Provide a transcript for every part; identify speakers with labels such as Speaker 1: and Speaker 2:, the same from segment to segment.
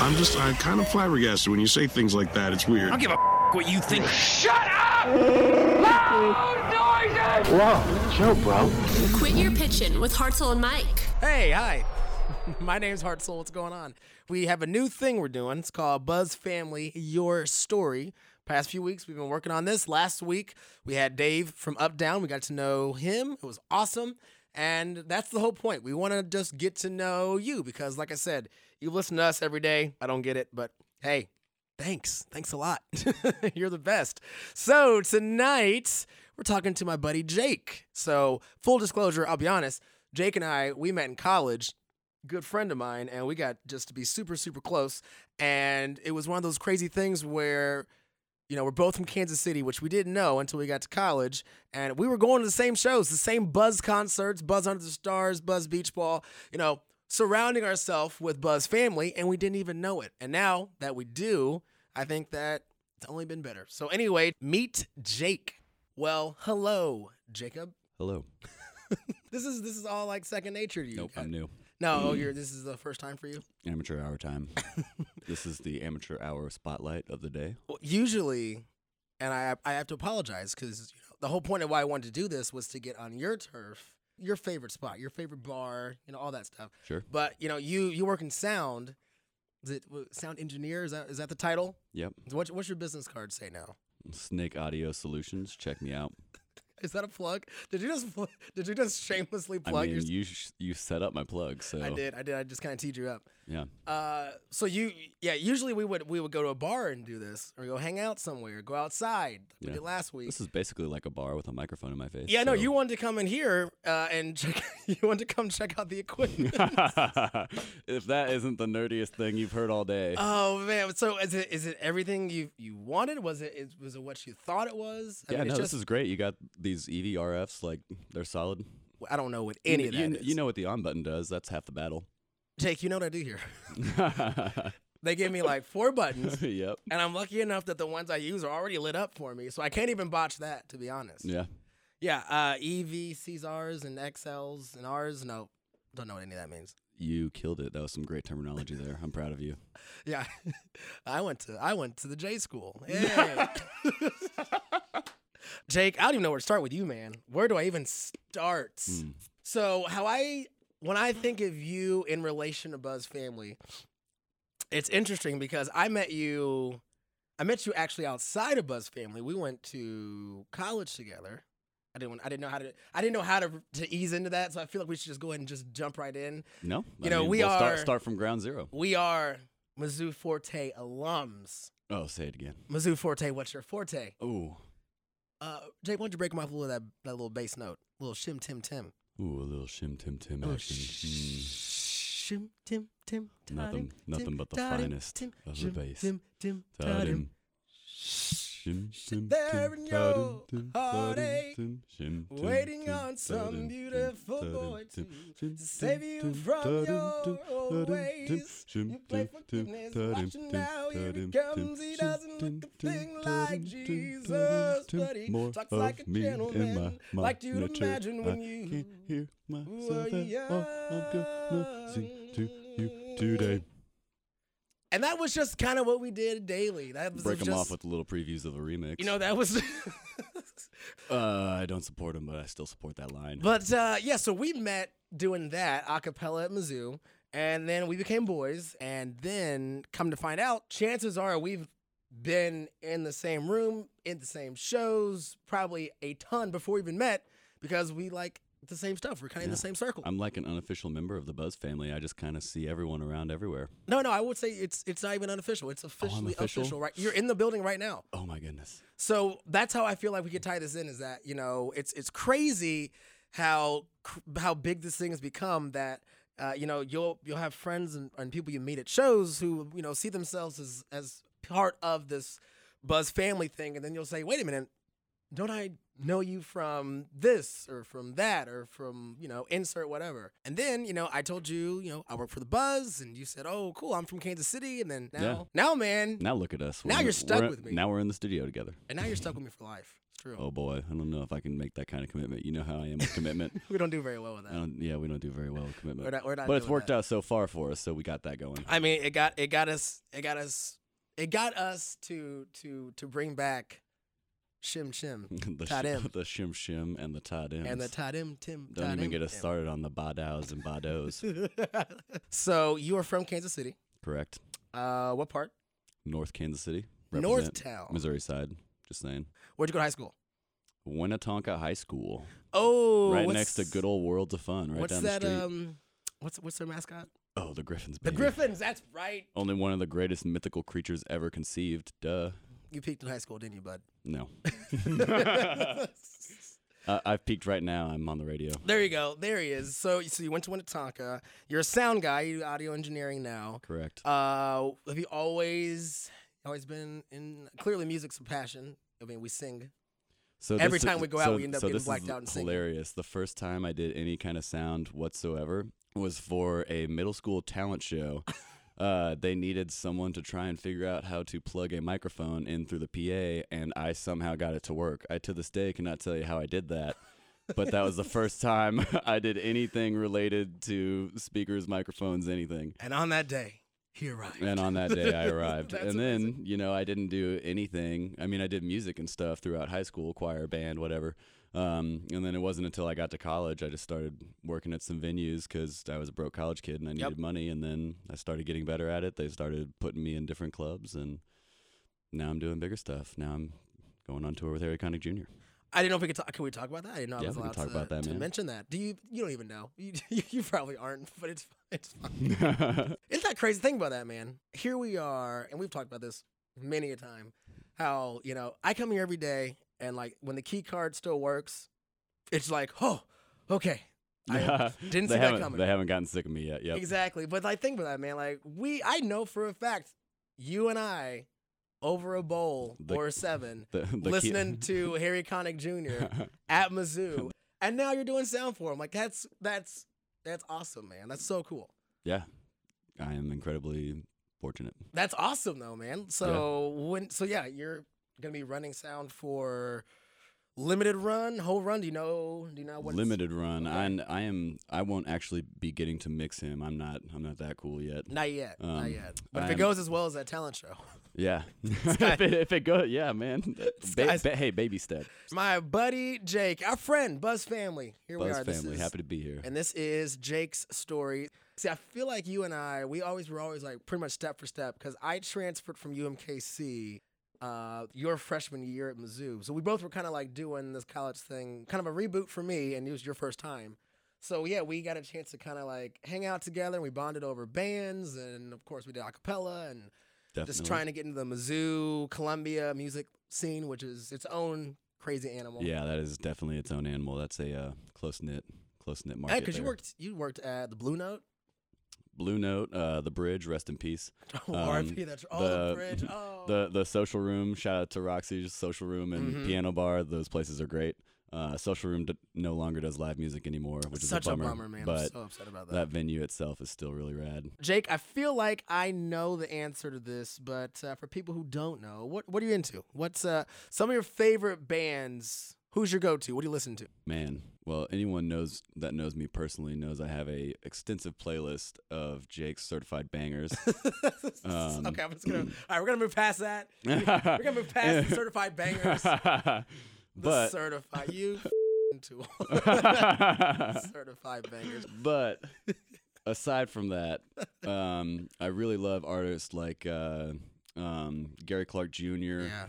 Speaker 1: I'm just I'm kind of flabbergasted when you say things like that. It's weird.
Speaker 2: I don't give a f- what you think.
Speaker 3: Shut up! Loud noises!
Speaker 4: Whoa, chill, bro.
Speaker 5: Quit your pitching with Hartzell and Mike.
Speaker 6: Hey, hi. My name's Hartzell. What's going on? We have a new thing we're doing. It's called Buzz Family Your Story. Past few weeks, we've been working on this. Last week, we had Dave from Up Down. We got to know him. It was awesome. And that's the whole point. We want to just get to know you because, like I said, you listen to us every day. I don't get it, but hey, thanks. Thanks a lot. You're the best. So, tonight, we're talking to my buddy Jake. So, full disclosure, I'll be honest, Jake and I, we met in college good friend of mine and we got just to be super super close and it was one of those crazy things where you know we're both from Kansas City which we didn't know until we got to college and we were going to the same shows the same buzz concerts buzz under the stars buzz beach ball you know surrounding ourselves with buzz family and we didn't even know it and now that we do i think that it's only been better so anyway meet Jake well hello Jacob
Speaker 7: Hello.
Speaker 6: this is this is all like second nature to you
Speaker 7: Nope,
Speaker 6: guys.
Speaker 7: I'm new.
Speaker 6: No, oh, you're, this is the first time for you.
Speaker 7: Amateur hour time. this is the amateur hour spotlight of the day.
Speaker 6: Well, usually, and I I have to apologize because you know, the whole point of why I wanted to do this was to get on your turf, your favorite spot, your favorite bar, you know all that stuff.
Speaker 7: Sure.
Speaker 6: But you know you you work in sound. Is it w- sound engineer? Is that is that the title?
Speaker 7: Yep.
Speaker 6: What, what's your business card say now?
Speaker 7: Snake Audio Solutions. Check me out.
Speaker 6: Is that a plug? Did you just pl- did you just shamelessly plug?
Speaker 7: I
Speaker 6: your
Speaker 7: mean,
Speaker 6: s-
Speaker 7: you sh- you set up my plug, so
Speaker 6: I did. I did. I just kind of teed you up.
Speaker 7: yeah.
Speaker 6: Uh, so you, yeah. Usually we would we would go to a bar and do this, or go hang out somewhere, go outside. like We
Speaker 7: Yeah.
Speaker 6: did last week.
Speaker 7: This is basically like a bar with a microphone in my face.
Speaker 6: Yeah, no,
Speaker 7: so-
Speaker 6: you wanted to come in here uh, and check, you wanted to come check out the equipment.
Speaker 7: if that isn't the nerdiest thing you've heard all day,
Speaker 6: oh man, so is it is it everything you you wanted? Was it is, was it what you thought it was? I
Speaker 7: yeah,
Speaker 6: mean,
Speaker 7: no,
Speaker 6: it's
Speaker 7: this is great. You got these E EVRFs, like they're solid.
Speaker 6: I don't know what any
Speaker 7: you,
Speaker 6: of that
Speaker 7: you,
Speaker 6: is.
Speaker 7: you know what the on button does? That's half the battle.
Speaker 6: Jake, you know what I do here. they gave me like four buttons,
Speaker 7: yep.
Speaker 6: and I'm lucky enough that the ones I use are already lit up for me, so I can't even botch that. To be honest.
Speaker 7: Yeah.
Speaker 6: Yeah. Uh, EVCs, Rs, and XLs, and Rs. No, don't know what any of that means.
Speaker 7: You killed it. That was some great terminology there. I'm proud of you.
Speaker 6: Yeah, I went to I went to the J school. Hey. Jake, I don't even know where to start with you, man. Where do I even start? So, how I when I think of you in relation to Buzz family, it's interesting because I met you. I met you actually outside of Buzz family. We went to college together. I didn't. I didn't know how to. I didn't know how to to ease into that. So I feel like we should just go ahead and just jump right in.
Speaker 7: No,
Speaker 6: You know, we
Speaker 7: we'll
Speaker 6: are-
Speaker 7: start, start from ground zero.
Speaker 6: We are Mizzou Forte alums.
Speaker 7: Oh, say it again.
Speaker 6: Mizzou Forte, what's your forte?
Speaker 7: Ooh,
Speaker 6: Uh, Jake, why don't you break him off a little of that, that little bass note? little shim tim tim.
Speaker 7: ooh, a little shim tim tim
Speaker 6: Oh,
Speaker 7: action. Mm.
Speaker 6: shim tim tim. ta-dim,
Speaker 7: Nothing- nothing
Speaker 6: tim,
Speaker 7: but the
Speaker 6: ta-dim,
Speaker 7: finest
Speaker 6: tim,
Speaker 7: of the
Speaker 6: shim,
Speaker 7: bass.
Speaker 6: Tim tim ta-dim.
Speaker 7: Ta-dim. Shim, shim,
Speaker 6: there
Speaker 7: tim,
Speaker 6: in
Speaker 7: ta-dim,
Speaker 6: your
Speaker 7: tim, ta-dim,
Speaker 6: heartache,
Speaker 7: tim, shim, tim,
Speaker 6: waiting
Speaker 7: tim,
Speaker 6: on some
Speaker 7: ta-dim, tim,
Speaker 6: beautiful
Speaker 7: ta-dim,
Speaker 6: boy
Speaker 7: tim,
Speaker 6: to
Speaker 7: shim,
Speaker 6: save
Speaker 7: tim,
Speaker 6: you
Speaker 7: tim,
Speaker 6: from
Speaker 7: ta-dim,
Speaker 6: your
Speaker 7: tim,
Speaker 6: old
Speaker 7: ta-dim, tim,
Speaker 6: ways.
Speaker 7: shim,
Speaker 6: You play
Speaker 7: tim,
Speaker 6: for
Speaker 7: tim,
Speaker 6: goodness,
Speaker 7: ta-dim,
Speaker 6: watching
Speaker 7: tim,
Speaker 6: now here he
Speaker 7: ta-dim,
Speaker 6: comes. He
Speaker 7: tim,
Speaker 6: doesn't
Speaker 7: tim,
Speaker 6: look a
Speaker 7: tim,
Speaker 6: thing like
Speaker 7: ta-dim, tim, ta-dim,
Speaker 6: Jesus,
Speaker 7: tim.
Speaker 6: but he
Speaker 7: More
Speaker 6: talks like
Speaker 7: of
Speaker 6: a
Speaker 7: me in my
Speaker 6: gentleman, like you'd
Speaker 7: monitor.
Speaker 6: imagine when
Speaker 7: I
Speaker 6: you
Speaker 7: can't hear myself
Speaker 6: were
Speaker 7: at all. I'm gonna sing to
Speaker 6: young.
Speaker 7: you today.
Speaker 6: And that was just kind of what we did daily. That was
Speaker 7: Break
Speaker 6: just,
Speaker 7: them off with little previews of a remix.
Speaker 6: you know that was.
Speaker 7: uh, I don't support them, but I still support that line.
Speaker 6: but uh, yeah, so we met doing that a cappella at Mizzou, and then we became boys, and then come to find out, chances are we've been in the same room, in the same shows, probably a ton before we even met, because we like the same stuff. We're kind of in the
Speaker 7: Yeah.
Speaker 6: same circle.
Speaker 7: I'm like an unofficial member of the Buzz family. I just kind of see everyone around everywhere.
Speaker 6: no, no, I would say it's it's not even unofficial.
Speaker 7: Oh,
Speaker 6: It's officially
Speaker 7: official?
Speaker 6: official, right? You're in the building right now.
Speaker 7: Oh my goodness.
Speaker 6: So that's how I feel like we could tie this in is that you know it's it's crazy how cr- how big this thing has become that uh, you know you'll you'll have friends and, and people you meet at shows who you know see themselves as as part of this Buzz family thing, and then you'll say, wait a minute, don't I know you from this or from that or from, you know, insert whatever? And then, you know, I told you, you know, I work for the Buzz and you said, oh, cool, I'm from Kansas City. And then now,
Speaker 7: Yeah.
Speaker 6: now, man,
Speaker 7: Now look at us.
Speaker 6: Now
Speaker 7: in-
Speaker 6: you're stuck
Speaker 7: we're-
Speaker 6: with me.
Speaker 7: Now we're in the studio together.
Speaker 6: and now you're stuck with me for life. True.
Speaker 7: Oh boy, I don't know if I can make that kind of commitment. You know how I am with commitment.
Speaker 6: We don't do very well with
Speaker 7: I
Speaker 6: that.
Speaker 7: don't, yeah, we don't do very well with commitment.
Speaker 6: We're not- we're not
Speaker 7: but it's
Speaker 6: doing
Speaker 7: worked
Speaker 6: that.
Speaker 7: out so far for us, so we got that going.
Speaker 6: I mean, it got it got us it got us it got us to to to bring back Shim Shim
Speaker 7: the,
Speaker 6: Todd M.
Speaker 7: the shim shim and the Todd M's.
Speaker 6: and the Tadim Tim.
Speaker 7: Don't even get us started on the Badows and Bados.
Speaker 6: started. so you are from Kansas City.
Speaker 7: Correct.
Speaker 6: Uh, what part?
Speaker 7: North Kansas City.
Speaker 6: North
Speaker 7: represent.
Speaker 6: Town.
Speaker 7: Missouri side. Just saying.
Speaker 6: Where'd you go to high school?
Speaker 7: Winnetonka High School.
Speaker 6: Oh,
Speaker 7: right
Speaker 6: what's-
Speaker 7: next to good old Worlds of Fun. Right
Speaker 6: what's
Speaker 7: down
Speaker 6: that?
Speaker 7: the street.
Speaker 6: Um, what's what's their mascot?
Speaker 7: oh, the Griffins.
Speaker 6: The
Speaker 7: baby.
Speaker 6: Griffins. That's right.
Speaker 7: Only one of the greatest mythical creatures ever conceived. Duh.
Speaker 6: You peaked in high school, didn't you, bud?
Speaker 7: No. uh, I've peaked right now. I'm on the radio.
Speaker 6: There you go. There he is. So, so you went to Winnetonka. You're a sound guy. You do audio engineering now.
Speaker 7: Correct.
Speaker 6: Uh, have you always always been in? Clearly, music's a passion. I mean, we sing.
Speaker 7: So
Speaker 6: Every
Speaker 7: this is-
Speaker 6: time we go out,
Speaker 7: so-
Speaker 6: we end up
Speaker 7: so
Speaker 6: getting
Speaker 7: this is
Speaker 6: blacked out and singing.
Speaker 7: Hilarious. The first time I did any kind of sound whatsoever was for a middle school talent show. Uh, they needed someone to try and figure out how to plug a microphone in through the PA, and I somehow got it to work. I to this day cannot tell you how I did that, but that was the first time I did anything related to speakers, microphones, anything.
Speaker 6: And on that day, he arrived.
Speaker 7: And on that day, I arrived.
Speaker 6: That's
Speaker 7: and then, you know, I didn't do anything. I mean, I did music and stuff throughout high school, choir, band, whatever. Um, and then it wasn't until I got to college I just started working at some venues because I was a broke college kid and I needed money. And then I started getting better at it. They started putting me in different clubs, and now I'm doing bigger stuff. Now I'm going on tour with Harry Connick Jr.
Speaker 6: I didn't know if we could talk. Can we talk about that? I didn't know I
Speaker 7: Yeah,
Speaker 6: was
Speaker 7: we can
Speaker 6: allowed
Speaker 7: talk
Speaker 6: to,
Speaker 7: about that,
Speaker 6: to
Speaker 7: man.
Speaker 6: mention that. Do you? You don't even know. You, you probably aren't. But it's it's fine. It's that crazy thing about that, man. Here we are, and we've talked about this many a time. How, you know, I come here every day and like when the key card still works, it's like, oh, okay. I didn't see
Speaker 7: they
Speaker 6: that
Speaker 7: haven't,
Speaker 6: coming.
Speaker 7: They haven't gotten sick of me yet. Yep.
Speaker 6: Exactly. But I think about that, man. Like we I know for a fact you and I over a bowl
Speaker 7: The-
Speaker 6: or a seven
Speaker 7: The- the key-
Speaker 6: listening to Harry Connick Jr. at Mizzou. And now you're doing sound for him. Like that's that's that's awesome, man. That's so cool.
Speaker 7: Yeah. I am incredibly fortunate.
Speaker 6: That's awesome though, man. So when so yeah, you're gonna be running sound for limited run, whole run. Do you know? Do you know what? it's-
Speaker 7: limited run. I I am I won't actually be getting to mix him. I'm not I'm not that cool yet.
Speaker 6: Not yet. not
Speaker 7: Um,
Speaker 6: yet. But if
Speaker 7: I'm-
Speaker 6: it goes as well as that talent show,
Speaker 7: Yeah. if, it, if it goes, yeah, man. Ba-
Speaker 6: Sky's-
Speaker 7: ba- hey, baby step.
Speaker 6: my buddy Jake, our friend Buzz Family. Here we
Speaker 7: Buzz
Speaker 6: are. This
Speaker 7: family,
Speaker 6: is-
Speaker 7: happy to be here.
Speaker 6: And this is Jake's story. See, I feel like you and I, we always were always like pretty much step for step because I transferred from UMKC uh, your freshman year at Mizzou. So we both were kind of like doing this college thing, kind of a reboot for me, and it was your first time. So yeah, we got a chance to kind of like hang out together and we bonded over bands and of course we did a cappella and
Speaker 7: Definitely.
Speaker 6: just trying to get into the Mizzou, Columbia music scene, which is its own crazy animal.
Speaker 7: Yeah, that is definitely its own animal. That's a uh, close knit close knit market.
Speaker 6: because you
Speaker 7: there.
Speaker 6: worked you worked at the Blue Note.
Speaker 7: Blue Note, uh, the bridge, rest in peace.
Speaker 6: Oh,
Speaker 7: Um,
Speaker 6: RIP, that's oh, the, bridge. Oh.
Speaker 7: The the social room. Shout out to Roxy's social room and
Speaker 6: Mhm.
Speaker 7: piano bar. Those places are great. Uh, social room d- no longer does live music anymore, which is
Speaker 6: Such
Speaker 7: a bummer.
Speaker 6: man. I'm
Speaker 7: But
Speaker 6: so upset about that.
Speaker 7: that venue itself is still really rad.
Speaker 6: Jake, I feel like I know the answer to this, but uh, for people who don't know, what what are you into? What's uh, some of your favorite bands? Who's your go-to? What do you listen to?
Speaker 7: Man, well, anyone knows that knows me personally knows I have a extensive playlist of Jake's certified bangers. Um,
Speaker 6: okay, I'm just gonna. All right, we're gonna move past that. We're gonna move past the certified bangers. The
Speaker 7: but
Speaker 6: certified you into certified bangers.
Speaker 7: but aside from that, um, I really love artists like uh, um, Gary Clark Jr.
Speaker 6: Yeah.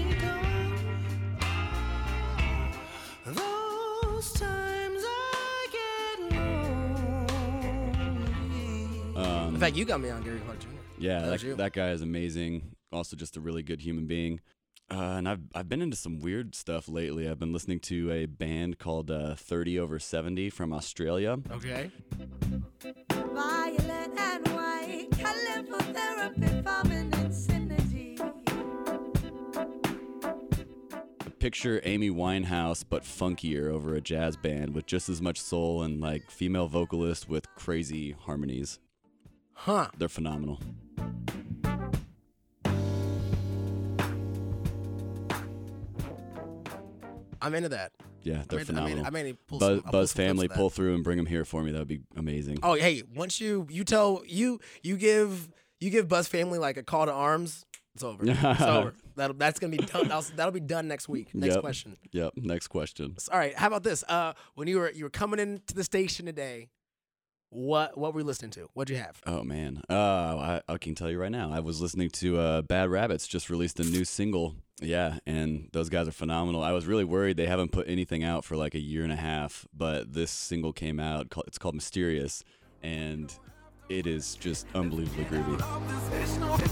Speaker 6: In
Speaker 7: Um,
Speaker 6: fact, you got me on Gary Clark Jr.
Speaker 7: yeah,
Speaker 6: That was you.
Speaker 7: that, that guy is amazing. Also, just a really good human being. Uh, and I've I've been into some weird stuff lately. I've been listening to a band called uh, Thirty Over Seventy from Australia.
Speaker 6: Okay.
Speaker 2: Violet and white, colorful therapy for an insanity.
Speaker 7: Picture Amy Winehouse but funkier over a jazz band with just as much soul and like female vocalist with crazy harmonies.
Speaker 6: Huh.
Speaker 7: They're phenomenal.
Speaker 6: I'm into that.
Speaker 7: Yeah, they're
Speaker 6: mean- I mean-
Speaker 7: phenomenal.
Speaker 6: I mean, pull
Speaker 7: Buzz,
Speaker 6: some- I'll pull
Speaker 7: Buzz
Speaker 6: some clips
Speaker 7: family,
Speaker 6: of that.
Speaker 7: pull through and bring them here for me. That would be amazing.
Speaker 6: Oh, hey, once you you tell you you give you give Buzz family like a call to arms, it's over. It's over. That'll, that's gonna be done. That'll, that'll be done next week. Next
Speaker 7: Yep.
Speaker 6: question.
Speaker 7: Yep. Next question.
Speaker 6: All right. How about this? Uh, when you were you were coming into the station today, what what were you listening to? What'd you have?
Speaker 7: Oh man, uh, I, I can tell you right now. I was listening to uh, Bad Rabbits just released a new single. Yeah, and those guys are phenomenal. I was really worried they haven't put anything out for like a year and a half, but this single came out. ca- It's called Mysterious, and it is just unbelievably groovy.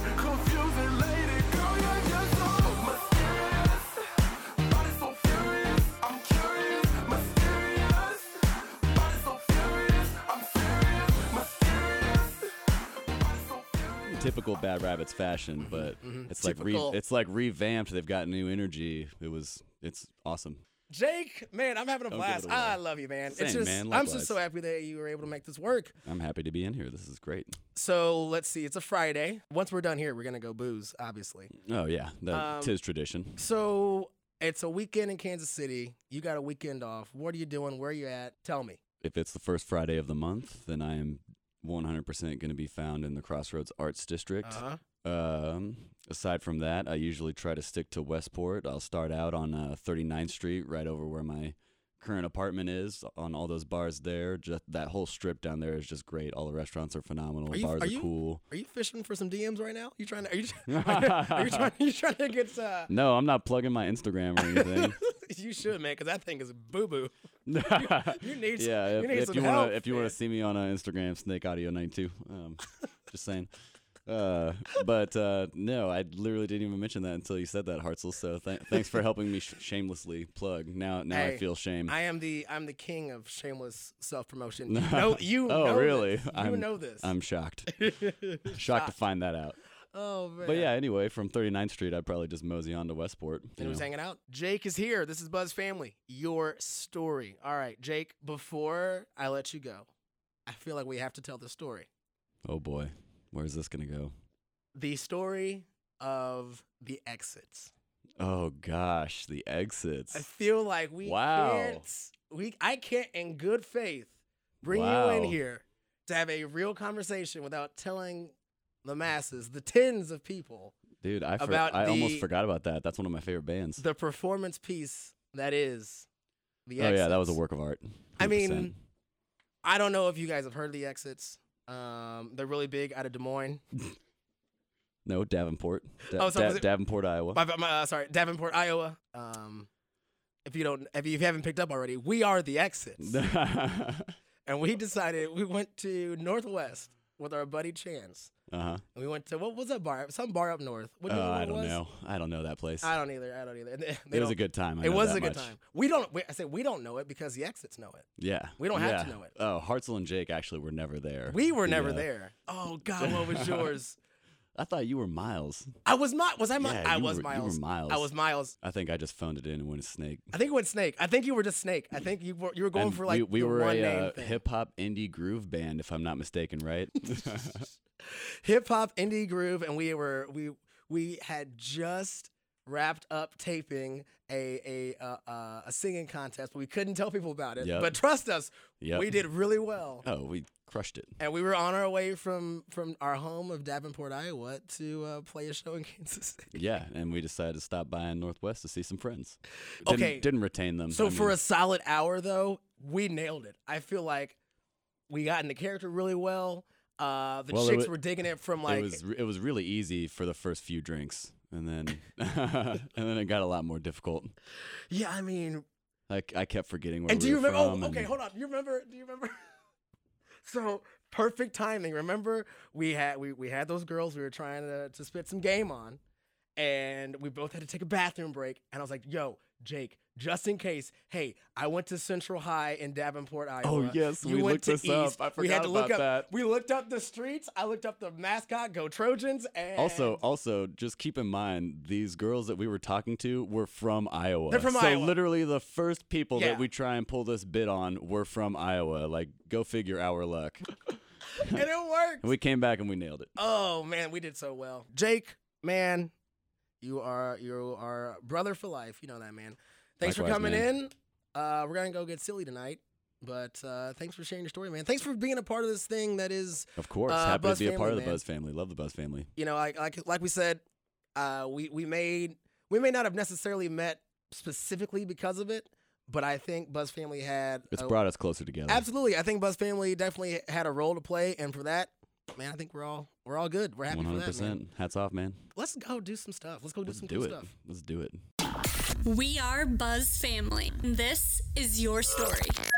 Speaker 7: typical Bad Rabbits fashion, but it's like re-
Speaker 6: Mm-hmm. Typical.
Speaker 7: it's like revamped. They've got new energy. It was it's awesome.
Speaker 6: Jake, man, I'm having a
Speaker 7: Don't give
Speaker 6: blast.
Speaker 7: it away.
Speaker 6: I love you, man. it's
Speaker 7: Same,
Speaker 6: just
Speaker 7: man,
Speaker 6: I'm just
Speaker 7: likewise.
Speaker 6: so happy that you were able to make this work.
Speaker 7: I'm happy to be in here. This is great.
Speaker 6: So let's see. It's a Friday. Once we're done here, we're gonna go booze, obviously.
Speaker 7: Oh yeah, the,
Speaker 6: Um,
Speaker 7: tis tradition.
Speaker 6: So it's a weekend in Kansas City. You got a weekend off. What are you doing? Where are you at? Tell me.
Speaker 7: If it's the first Friday of the month, then I am 100% going to be found in the Crossroads Arts District.
Speaker 6: Uh-huh.
Speaker 7: Um, aside from that, I usually try to stick to Westport. I'll start out on uh, 39th Street, right over where my current apartment is. On all those bars there, just that whole strip down there is just great. All the restaurants are phenomenal.
Speaker 6: Are you-
Speaker 7: bars
Speaker 6: are
Speaker 7: are
Speaker 6: you-
Speaker 7: cool.
Speaker 6: Are you fishing for some DMs right now? You trying to? Are you, are you trying? Are you trying to get? Uh,
Speaker 7: No, I'm not plugging my Instagram or anything.
Speaker 6: you should, man, because that thing is boo boo. you need some-
Speaker 7: yeah, if
Speaker 6: you
Speaker 7: you,
Speaker 6: need
Speaker 7: if
Speaker 6: some
Speaker 7: you wanna
Speaker 6: help,
Speaker 7: if you wanna
Speaker 6: man.
Speaker 7: see me on uh, Instagram, Snake Audio 92. Um, just saying. Uh, but uh, no, I literally didn't even mention that until you said that, Hartzell. So th- thanks for helping me sh- shamelessly plug. Now, now
Speaker 6: Hey,
Speaker 7: I feel shame.
Speaker 6: I am the I'm the king of shameless self promotion. You know you.
Speaker 7: oh,
Speaker 6: know
Speaker 7: really?
Speaker 6: This. You
Speaker 7: I'm,
Speaker 6: know this.
Speaker 7: I'm shocked. shocked to find that out.
Speaker 6: oh man.
Speaker 7: But yeah, anyway, from 39th Street, I'd probably just mosey on to Westport. you
Speaker 6: And who's
Speaker 7: know.
Speaker 6: hanging out? Jake is here. This is Buzz Family. Your story. All right, Jake. Before I let you go, I feel like we have to tell the story.
Speaker 7: oh boy, where's this gonna go?
Speaker 6: The story of the exits.
Speaker 7: Oh gosh, the exits.
Speaker 6: I feel like we
Speaker 7: Wow.
Speaker 6: can't. We I can't, in good faith, bring you in
Speaker 7: Wow.
Speaker 6: here to have a real conversation without telling the masses, the tens of people,
Speaker 7: Dude, I, for-
Speaker 6: about
Speaker 7: I
Speaker 6: the-
Speaker 7: almost forgot about that. That's one of my favorite bands.
Speaker 6: the performance piece that is the.
Speaker 7: oh yeah, that was a
Speaker 6: Exits.
Speaker 7: work of art.
Speaker 6: I mean,
Speaker 7: 100%.
Speaker 6: I don't know if you guys have heard of the Exits. Um, they're really big out of Des Moines.
Speaker 7: no Davenport, Da-
Speaker 6: Oh, so
Speaker 7: Da-
Speaker 6: was it-
Speaker 7: Davenport, Iowa.
Speaker 6: My, my, uh, sorry, Davenport, Iowa. Um, if you don't, if you haven't picked up already, we are the Exits.
Speaker 7: uh
Speaker 6: and we decided we went to Northwest with our buddy Chance.
Speaker 7: huh.
Speaker 6: And we went to what was that bar? Some bar up north. What do you
Speaker 7: Uh,
Speaker 6: think
Speaker 7: Uh-huh. I
Speaker 6: it
Speaker 7: don't
Speaker 6: was?
Speaker 7: know. I don't know that place.
Speaker 6: I don't either. I don't either. And they- they
Speaker 7: it was a
Speaker 6: don't-
Speaker 7: good time. I
Speaker 6: It
Speaker 7: know
Speaker 6: was
Speaker 7: that
Speaker 6: a good
Speaker 7: much.
Speaker 6: time. We don't. We, I said we don't know it because the exits know it.
Speaker 7: Yeah.
Speaker 6: We don't have to
Speaker 7: yeah.
Speaker 6: know it.
Speaker 7: Oh, Hartzell and Jake actually were never there.
Speaker 6: We were never
Speaker 7: Yeah.
Speaker 6: there. Oh God, what was yours?
Speaker 7: I thought you were Miles.
Speaker 6: I was not. Was I? Mi-
Speaker 7: Yeah,
Speaker 6: I
Speaker 7: you
Speaker 6: was
Speaker 7: were- you were
Speaker 6: Miles.
Speaker 7: Miles.
Speaker 6: I was Miles.
Speaker 7: I think I just phoned it in and went to Snake.
Speaker 6: I think it went Snake. I think you were just Snake. I think you were you were going
Speaker 7: And
Speaker 6: for like
Speaker 7: we, we
Speaker 6: the
Speaker 7: were
Speaker 6: one
Speaker 7: a
Speaker 6: name
Speaker 7: uh,
Speaker 6: thing.
Speaker 7: hip hop indie groove band, if I'm not mistaken, right?
Speaker 6: hip hop indie groove, and we were we we had just wrapped up taping a a uh, uh, a singing contest, but we couldn't tell people about it.
Speaker 7: Yep.
Speaker 6: But trust us,
Speaker 7: Yep.
Speaker 6: we did really well,
Speaker 7: oh, we crushed it.
Speaker 6: and we were on our way from from our home of Davenport, Iowa, to uh, play a show in Kansas City.
Speaker 7: Yeah, and we decided to stop by in Northwest to see some friends. Didn't,
Speaker 6: Okay.
Speaker 7: didn't retain them.
Speaker 6: So
Speaker 7: I
Speaker 6: for
Speaker 7: mean-
Speaker 6: a solid hour, though, we nailed it. I feel like we got in the character really well. Uh, the
Speaker 7: Well, it
Speaker 6: chicks
Speaker 7: wa-
Speaker 6: were digging it from
Speaker 7: it
Speaker 6: like
Speaker 7: was re- it was really easy for the first few drinks, and then and then it got a lot more difficult.
Speaker 6: yeah, I mean,
Speaker 7: I, I kept forgetting where.
Speaker 6: And
Speaker 7: we
Speaker 6: do you
Speaker 7: were
Speaker 6: remember?
Speaker 7: from
Speaker 6: oh, okay,
Speaker 7: and-
Speaker 6: hold on. You remember? Do you remember? so perfect timing. Remember, we had we, we had those girls. We were trying to to spit some game on, and we both had to take a bathroom break. And I was like, "Yo, Jake." Just in case, hey, I went to Central High in Davenport, Iowa.
Speaker 7: Oh, yes,
Speaker 6: You
Speaker 7: we
Speaker 6: went
Speaker 7: looked
Speaker 6: to
Speaker 7: this up.
Speaker 6: East.
Speaker 7: I
Speaker 6: we had
Speaker 7: forgot
Speaker 6: to look up.
Speaker 7: about that.
Speaker 6: We looked up the streets. I looked up the mascot, Go Trojans, and
Speaker 7: Also, also, just keep in mind these girls that we were talking to were from Iowa.
Speaker 6: They're from
Speaker 7: so
Speaker 6: Iowa.
Speaker 7: literally the first people
Speaker 6: Yeah.
Speaker 7: that we try and pull this bit on were from Iowa. Like, go figure our luck.
Speaker 6: and it worked.
Speaker 7: and uh, we came back and we nailed it.
Speaker 6: Oh man, we did so well. Jake, man, you are you are brother for life. You know that man. Thanks
Speaker 7: Likewise,
Speaker 6: for coming
Speaker 7: man.
Speaker 6: in. Uh, we're gonna go get silly tonight, but uh, thanks for sharing your story, man. Thanks for being a part of this thing that is,
Speaker 7: Of course.
Speaker 6: Uh,
Speaker 7: Happy
Speaker 6: Buzz
Speaker 7: to be a
Speaker 6: family,
Speaker 7: part of the
Speaker 6: man.
Speaker 7: Buzz family. Love the Buzz family.
Speaker 6: you know, like like like we said, uh, we we made we may not have necessarily met specifically because of it, but I think Buzz Family had
Speaker 7: It's
Speaker 6: a-
Speaker 7: brought us closer together.
Speaker 6: absolutely. I think Buzz Family definitely had a role to play, and for that, man, I think we're all we're all good. We're happy
Speaker 7: One hundred
Speaker 6: for that. Man.
Speaker 7: percent. Hats off, man.
Speaker 6: Let's go do some stuff. Let's go do
Speaker 7: Let's
Speaker 6: some
Speaker 7: do
Speaker 6: cool
Speaker 7: it.
Speaker 6: stuff.
Speaker 7: Let's do it.
Speaker 5: We are Buzz Family. This is your story.